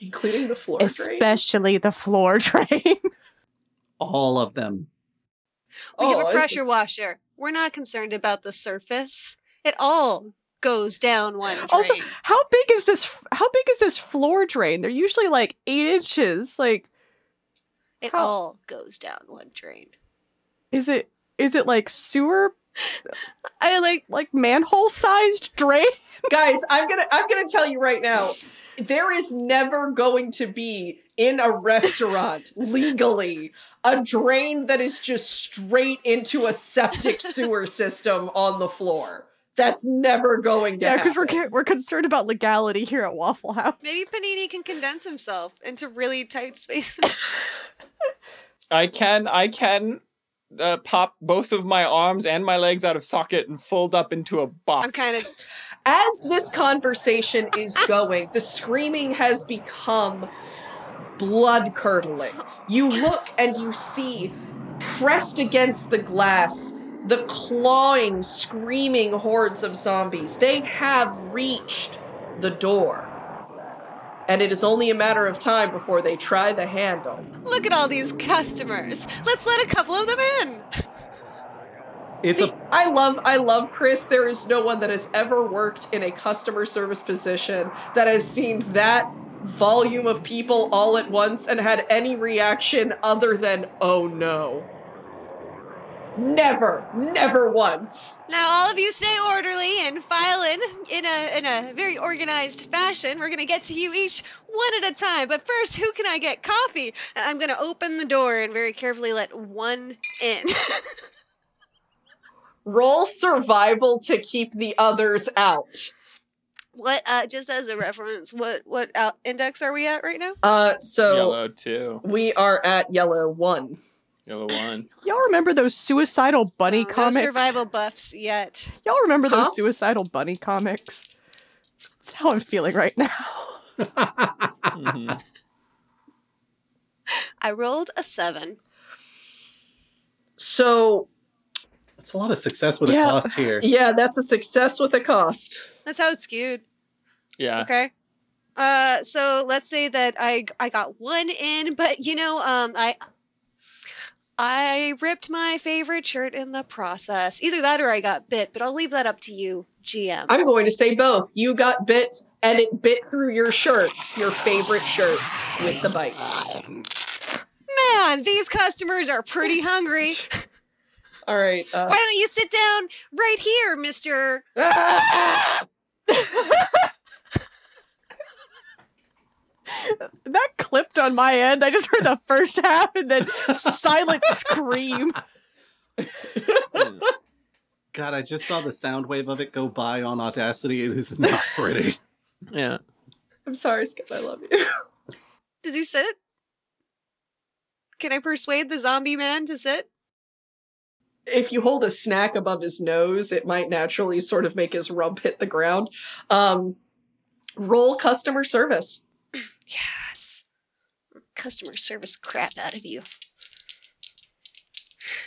Speaker 2: Including the floor drain.
Speaker 5: especially the floor drain.
Speaker 4: all of them.
Speaker 6: We
Speaker 2: Oh,
Speaker 6: have a
Speaker 2: this
Speaker 6: pressure
Speaker 2: is-
Speaker 6: washer. We're not concerned about the surface at all. goes down one drain.
Speaker 7: Also, how big is this? How big is this floor drain? They're usually like eight inches. Like,
Speaker 6: it
Speaker 7: how-
Speaker 6: all goes down one drain.
Speaker 7: is it is it like sewer,
Speaker 6: I like
Speaker 7: like manhole sized drain?
Speaker 2: guys i'm gonna i'm gonna tell you right now there is never going to be in a restaurant legally a drain that is just straight into a septic sewer system on the floor that's never going to
Speaker 7: Yeah, because we're
Speaker 2: happen.
Speaker 7: con- we're concerned about legality here at Waffle House.
Speaker 6: maybe Panini can condense himself into really tight spaces.
Speaker 3: I can I can uh, pop both of my arms and my legs out of socket and fold up into a box.
Speaker 6: I'm kind of
Speaker 2: as this conversation is going, the screaming has become blood curdling. You look and you see, pressed against the glass, the clawing, screaming hordes of zombies. They have reached the door. And it is only a matter of time before they try the handle.
Speaker 6: look at all these customers. Let's let a couple of them in.
Speaker 4: It's
Speaker 2: See,
Speaker 4: a
Speaker 2: I love I love Chris. There is no one that has ever worked in a customer service position that has seen that volume of people all at once and had any reaction other than oh no. Never, never once.
Speaker 6: Now all of you stay orderly and file in in a in a very organized fashion. We're gonna get to you each one at a time. But first, who can I get coffee? And I'm gonna open the door and very carefully let one in.
Speaker 2: Roll survival to keep the others out.
Speaker 6: what? Uh, just as a reference, what what uh, index are we at right now?
Speaker 2: Uh so
Speaker 3: yellow two,
Speaker 2: we are at yellow one.
Speaker 3: yellow one.
Speaker 7: Y'all remember those suicidal bunny
Speaker 6: Oh,
Speaker 7: comics?
Speaker 6: No survival buffs yet.
Speaker 7: Y'all remember
Speaker 2: Huh?
Speaker 7: those suicidal bunny comics? That's how I'm feeling right now.
Speaker 3: Mhm.
Speaker 6: I rolled a seven.
Speaker 2: So
Speaker 4: it's a lot of success with
Speaker 7: Yeah.
Speaker 4: a cost here.
Speaker 2: yeah, that's a success with a cost.
Speaker 6: That's how it's skewed.
Speaker 3: Yeah.
Speaker 6: Okay. Uh, so let's say that I I got one in, but you know, um, I I ripped my favorite shirt in the process. Either that or I got bit, but I'll leave that up to you, GM.
Speaker 2: I'm going to say both. You got bit, and it bit through your shirt, your favorite shirt, with the bite.
Speaker 6: Man, these customers are pretty hungry.
Speaker 2: All right. Uh,
Speaker 6: Why don't you sit down right here, Mister?
Speaker 7: That clipped on my end. I just heard the first half and then silent scream.
Speaker 4: God, I just saw the sound wave of it go by on Audacity. It is not pretty.
Speaker 3: Yeah.
Speaker 2: I'm sorry, Skip. I love you.
Speaker 6: Does he sit? Can I persuade the zombie man to sit?
Speaker 2: If you hold a snack above his nose, it might naturally sort of make his rump hit the ground. Um, roll customer service.
Speaker 6: Yes. Customer service crap out of you.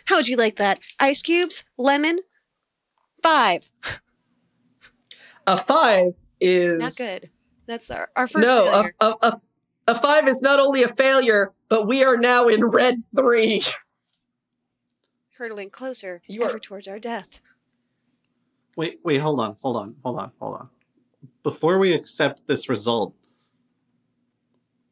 Speaker 6: How would you like that? Ice cubes, lemon, five.
Speaker 2: A five is
Speaker 6: Not good. That's our, our first
Speaker 2: No, a,
Speaker 6: failure.
Speaker 2: a, a, a five is not only a failure, but we are now in red three.
Speaker 6: hurtling closer
Speaker 2: You
Speaker 6: ever
Speaker 2: are-
Speaker 6: towards our death.
Speaker 4: Wait, wait, hold on, hold on, hold on, hold on. Before we accept this result,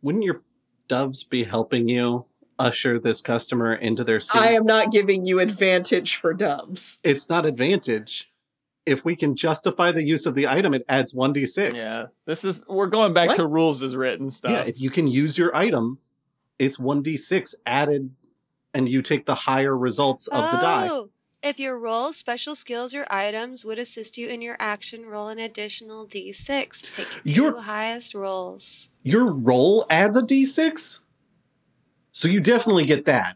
Speaker 4: wouldn't your doves be helping you usher this customer into their seat?
Speaker 2: I am not giving you advantage for dubs.
Speaker 4: it's not advantage. If we can justify the use of the item, it adds 1d6.
Speaker 3: Yeah. This is we're going back
Speaker 2: What?
Speaker 3: to rules as written stuff.
Speaker 4: Yeah, if you can use your item, it's 1d6 added, and you take the higher results of the die.
Speaker 6: Oh, if your roll, special skills, or items would assist you in your action, roll an additional d6. Take your 2
Speaker 4: You're-
Speaker 6: highest rolls.
Speaker 4: Your roll adds a d6? So you definitely get that.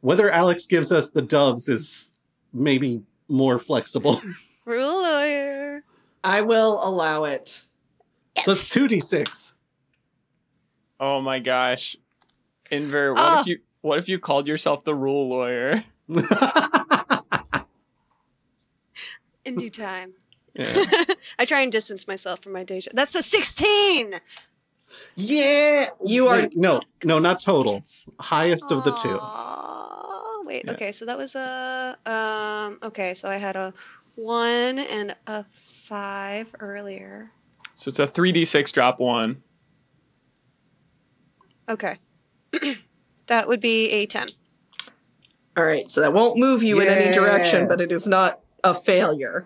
Speaker 4: Whether Alex gives us the doves is maybe more flexible.
Speaker 6: Rule lawyer.
Speaker 2: I will allow it.
Speaker 4: so it's 2d6.
Speaker 3: Oh my gosh. Inver, what
Speaker 6: Ah.
Speaker 3: if you what if you called yourself the rule lawyer?
Speaker 6: In due time.
Speaker 3: Yeah.
Speaker 6: I try and distance myself from my day job. That's a 16!
Speaker 4: yeah!
Speaker 2: You are
Speaker 4: Wait, no, no, not total. Highest of the two.
Speaker 6: Aw, Wait,
Speaker 3: Yeah.
Speaker 6: okay, so that was a um okay, so I had a one and a five earlier.
Speaker 3: So it's a 3d6 drop one.
Speaker 6: Okay. that would be a 10.
Speaker 2: All right, so that won't move you in any direction, but it is not a failure.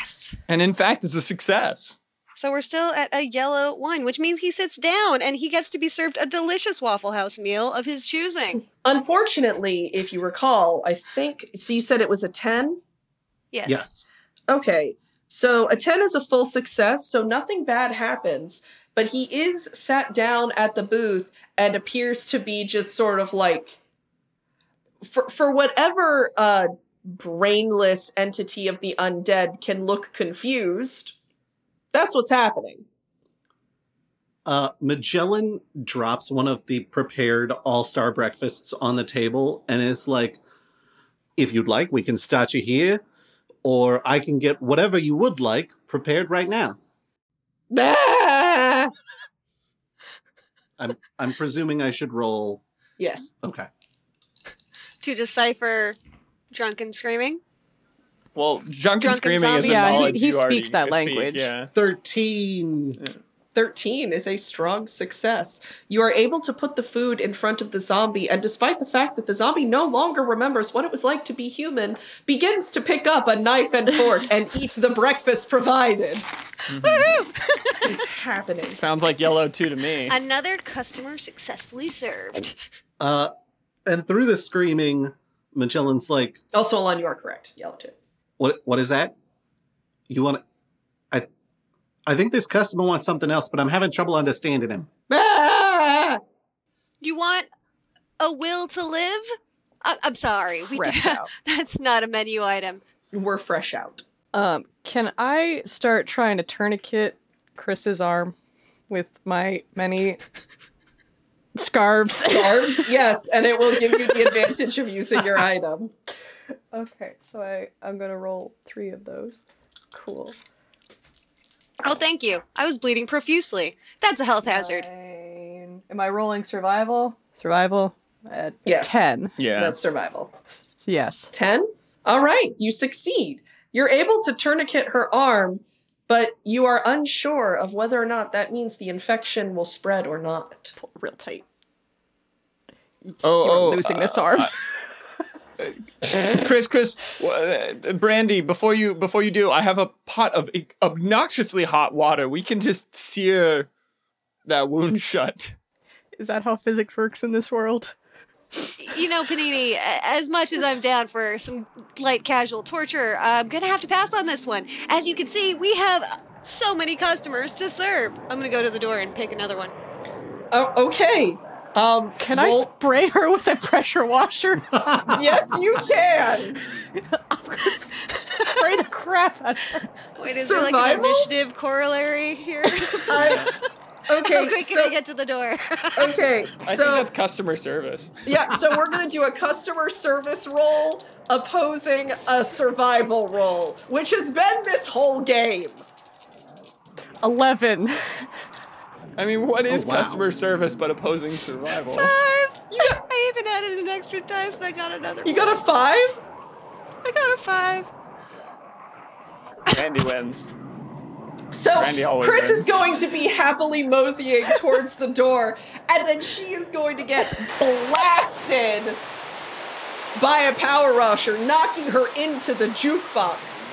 Speaker 6: Yes.
Speaker 3: And in fact, it's a success.
Speaker 6: So we're still at a yellow one, which means he sits down and he gets to be served a delicious Waffle House meal of his choosing.
Speaker 2: Unfortunately, if you recall, I think so. You said it was a ten.
Speaker 6: Yes.
Speaker 4: Yes.
Speaker 2: Okay, so a ten is a full success, so nothing bad happens. But he is sat down at the booth and appears to be just sort of like, for for whatever uh, brainless entity of the undead can look confused. That's what's happening.
Speaker 4: Uh, Magellan drops one of the prepared all star breakfasts on the table and is like, if you'd like, we can start you here, or I can get whatever you would like prepared right now.
Speaker 2: Bah!
Speaker 4: I'm, I'm presuming I should roll.
Speaker 2: Yes.
Speaker 4: Okay.
Speaker 6: To decipher drunken screaming.
Speaker 3: Well, drunken,
Speaker 6: Drunken
Speaker 3: screaming is
Speaker 6: zombie.
Speaker 3: a
Speaker 6: Yeah, he-
Speaker 3: knowledge
Speaker 7: he
Speaker 3: you already
Speaker 7: speaks that
Speaker 3: speak,
Speaker 7: language.
Speaker 3: Yeah.
Speaker 4: 13.
Speaker 2: 13 is a strong success. You are able to put the food in front of the zombie, and despite the fact that the zombie no longer remembers what it was like to be human, begins to pick up a knife and fork and eat the breakfast provided. what is happening?
Speaker 3: Sounds like yellow two to me.
Speaker 6: Another customer successfully served.
Speaker 4: Uh, and through the screaming, Magellan's like,
Speaker 2: Also, Alon, you are correct. Yellow too.
Speaker 4: What what is that? You want I I think this customer wants something else, but I'm having trouble understanding him.
Speaker 2: Ah!
Speaker 6: You want a will to live? I- I'm sorry. We-
Speaker 7: Fresh out.
Speaker 6: that's not a menu item.
Speaker 2: We're fresh out.
Speaker 7: Um, can I start trying to tourniquet Chris's arm with my many scarves?
Speaker 2: Arms? yes, and it will give you the advantage of using your item.
Speaker 7: okay, so I I'm gonna roll three of those. Cool.
Speaker 6: Oh, thank you. I was bleeding profusely. That's a health hazard.
Speaker 7: Nine. Am I rolling survival? Survival at
Speaker 2: Yes.
Speaker 7: ten.
Speaker 3: yeah.
Speaker 2: That's survival.
Speaker 7: Yes.
Speaker 2: 10. All right, you succeed. You're able to tourniquet her arm, but you are unsure of whether or not that means the infection will spread or not.
Speaker 7: Pull real tight.
Speaker 3: oh,
Speaker 7: You're
Speaker 3: oh,
Speaker 7: losing
Speaker 3: uh,
Speaker 7: this arm.
Speaker 3: Chris, Chris, w- uh, Brandy, before you before you do, I have a pot of i- obnoxiously hot water. We can just sear that wound shut.
Speaker 7: Is that how physics works in this world?
Speaker 6: You know, Panini, a- as much as I'm down for some light casual torture, I'm going to have to pass on this one. As you can see, we have so many customers to serve. I'm going to go to the door and pick another one.
Speaker 2: Oh, okay. Um,
Speaker 7: Can I
Speaker 2: roll-
Speaker 7: spray her with a pressure washer?
Speaker 2: yes, you can.
Speaker 7: spray the crap out of her.
Speaker 6: Wait, is there like an
Speaker 2: Survival?
Speaker 6: initiative corollary here?
Speaker 2: I-
Speaker 6: How
Speaker 2: okay,
Speaker 6: quick can I
Speaker 2: so,
Speaker 6: get to the door?
Speaker 2: okay,
Speaker 3: I think
Speaker 2: so
Speaker 3: that's customer service.
Speaker 2: yeah, so we're gonna do a customer service roll opposing a survival roll, which has been this whole game.
Speaker 7: Eleven.
Speaker 3: I mean, what is
Speaker 4: Oh, wow.
Speaker 3: customer service but opposing survival?
Speaker 6: Five. I even added an extra dice and I got another
Speaker 2: You
Speaker 6: one.
Speaker 2: got a five?
Speaker 6: I got a five.
Speaker 3: Brandy wins.
Speaker 2: So
Speaker 3: Randy always
Speaker 2: Chris
Speaker 3: wins.
Speaker 2: is going to be happily moseying towards the door, and then she is going to get blasted by a power rusher, knocking her into the jukebox.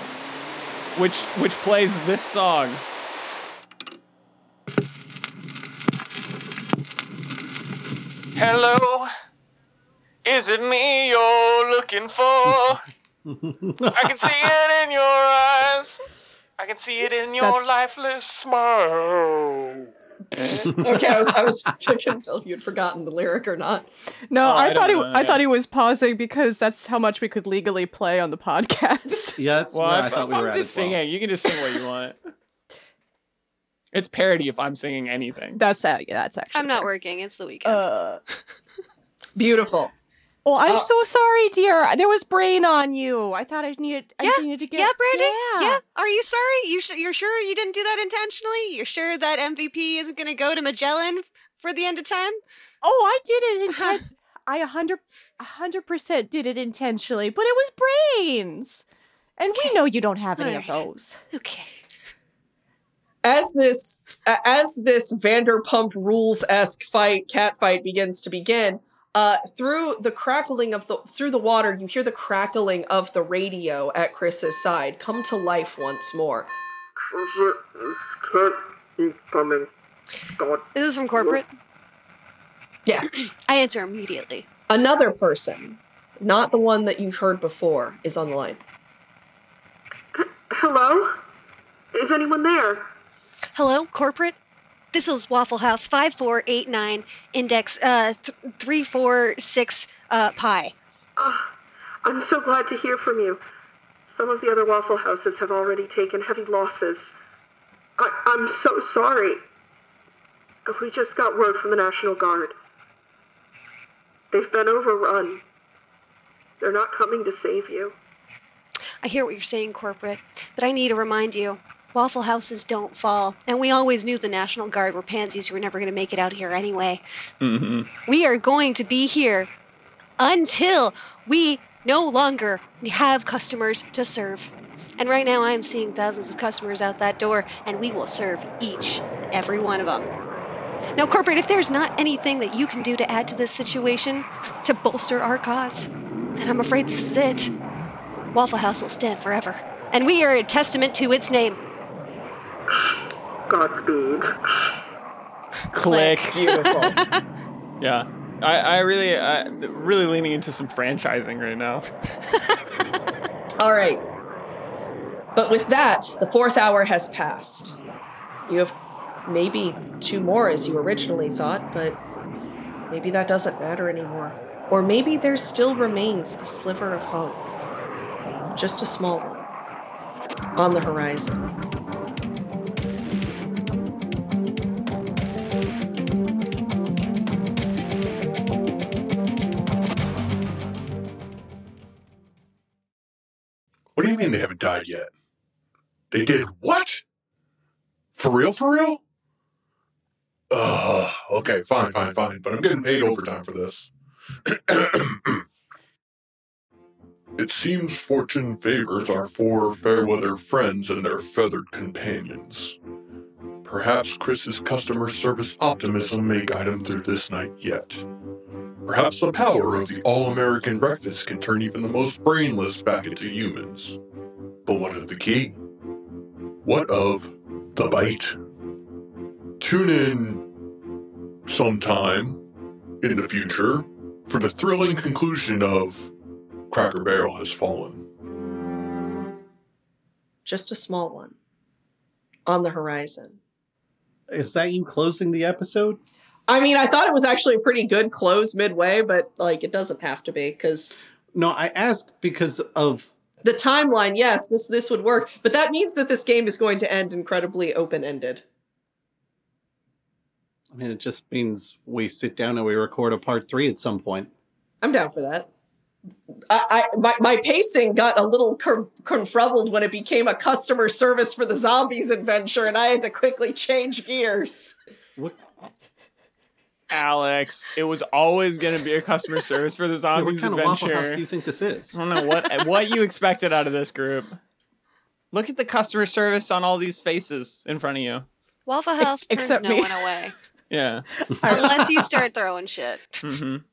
Speaker 3: Which which plays this song. Hello. Is it me you're looking for? I can see it in your eyes. I can see it in your
Speaker 7: That's-
Speaker 3: lifeless smile.
Speaker 2: Okay, I was I was couldn't tell if you'd forgotten the lyric or not.
Speaker 7: No,
Speaker 3: Oh, I
Speaker 7: I,
Speaker 3: don't
Speaker 7: thought he,
Speaker 3: know,
Speaker 7: I
Speaker 3: yeah.
Speaker 7: thought he was pausing because that's how much we could legally play on the podcast.
Speaker 4: Yeah, that's
Speaker 3: Well,
Speaker 4: where
Speaker 3: if,
Speaker 4: I thought
Speaker 3: if
Speaker 4: we
Speaker 3: I'm
Speaker 4: were at
Speaker 3: just
Speaker 4: as well.
Speaker 3: singing, you can just sing what you want. it's parody if I'm singing anything.
Speaker 7: That's that. Yeah, that's actually.
Speaker 6: I'm not
Speaker 7: fair.
Speaker 6: working. It's the weekend.
Speaker 7: Uh,
Speaker 2: Beautiful.
Speaker 7: well, Oh, I'm
Speaker 2: Uh,
Speaker 6: Oh.
Speaker 7: so sorry, dear. There was brain on you. I thought I needed. I
Speaker 6: Yeah,
Speaker 7: needed to get.
Speaker 6: yeah, Brandy. Yeah. Are you sorry? You sh- you're sure you didn't do that intentionally? You're sure that MVP isn't going to go to Magellan for the end of time?
Speaker 7: Oh, I did it inten- I a hundred, a hundred percent did it intentionally, but it was brains.
Speaker 5: And we know you don't have any of
Speaker 6: Alright.
Speaker 5: those.
Speaker 6: Okay.
Speaker 2: as this uh, as this Vanderpump Rules esque fight cat fight begins to begin, uh, through the crackling of the through the water, you hear the crackling of the radio at Chris's side come to life once more.
Speaker 6: This is from corporate.
Speaker 2: Yes,
Speaker 6: I answer immediately.
Speaker 2: another person, not the one that you've heard before, is on the line.
Speaker 8: Hello? Is anyone there?
Speaker 6: Hello, corporate. This is Waffle House 5489 index uh th- 346 uh pi.
Speaker 8: Ah, I'm so glad to hear from you. Some of the other waffle houses have already taken heavy losses. I, I'm so sorry. We just got word from the National Guard. They've been overrun. They're not coming to save you.
Speaker 6: I hear what you're saying, corporate, but I need to remind you. Waffle houses don't fall, and we always knew the National Guard were pansies who were never going to make it out here anyway.
Speaker 3: Mm-hmm.
Speaker 6: We are going to be here until we no longer have customers to serve. And right now, I am seeing thousands of customers out that door, and we will serve each and every one of them. Now, corporate, if there's not anything that you can do to add to this situation, to bolster our cause, then I'm afraid this is it. Waffle House will stand forever, and we are a testament to its name.
Speaker 8: Godspeed.
Speaker 3: Click.
Speaker 2: Beautiful.
Speaker 3: Yeah. I, I really, I, really leaning into some franchising right now.
Speaker 2: All right. But with that, the fourth hour has passed. You have maybe two more as you originally thought, but maybe that doesn't matter anymore. Or maybe there still remains a sliver of hope. Just a small one on the horizon.
Speaker 1: What do you mean they haven't died yet? They did what? For real, for real? Ugh, okay, fine, fine, fine, but I'm getting paid overtime for this. it seems fortune favors our four fair weather friends and their feathered companions. Perhaps Chris's customer service optimism may guide him through this night yet. Perhaps the power of the all American breakfast can turn even the most brainless back into humans. But what of the key? What of the bite? Tune in sometime in the future for the thrilling conclusion of Cracker Barrel Has Fallen.
Speaker 2: Just a small one on the horizon.
Speaker 4: Is that you closing the episode?
Speaker 2: I mean, I thought it was actually a pretty good close midway, but like it doesn't have to be because
Speaker 4: No, I ask because of
Speaker 2: the timeline yes this this would work but that means that this game is going to end incredibly open-ended
Speaker 4: I mean it just means we sit down and we record a part 3 at some point.
Speaker 2: i'm down for that I, I my, my pacing got a little cur- confruffled when it became a customer service for the zombies adventure, and I had to quickly change gears.
Speaker 3: Alex, it was always going to be a customer service for the
Speaker 4: Yeah, what
Speaker 3: zombies
Speaker 4: kind of
Speaker 3: adventure.
Speaker 4: waffle house do you think this is?
Speaker 3: I don't know what what you expected out of this group. Look at the customer service on all these faces in front of you.
Speaker 6: Waffle House turns
Speaker 7: E, except
Speaker 6: no
Speaker 7: me.
Speaker 6: one away
Speaker 3: Yeah.
Speaker 6: unless you start throwing shit.
Speaker 3: Mm-hmm.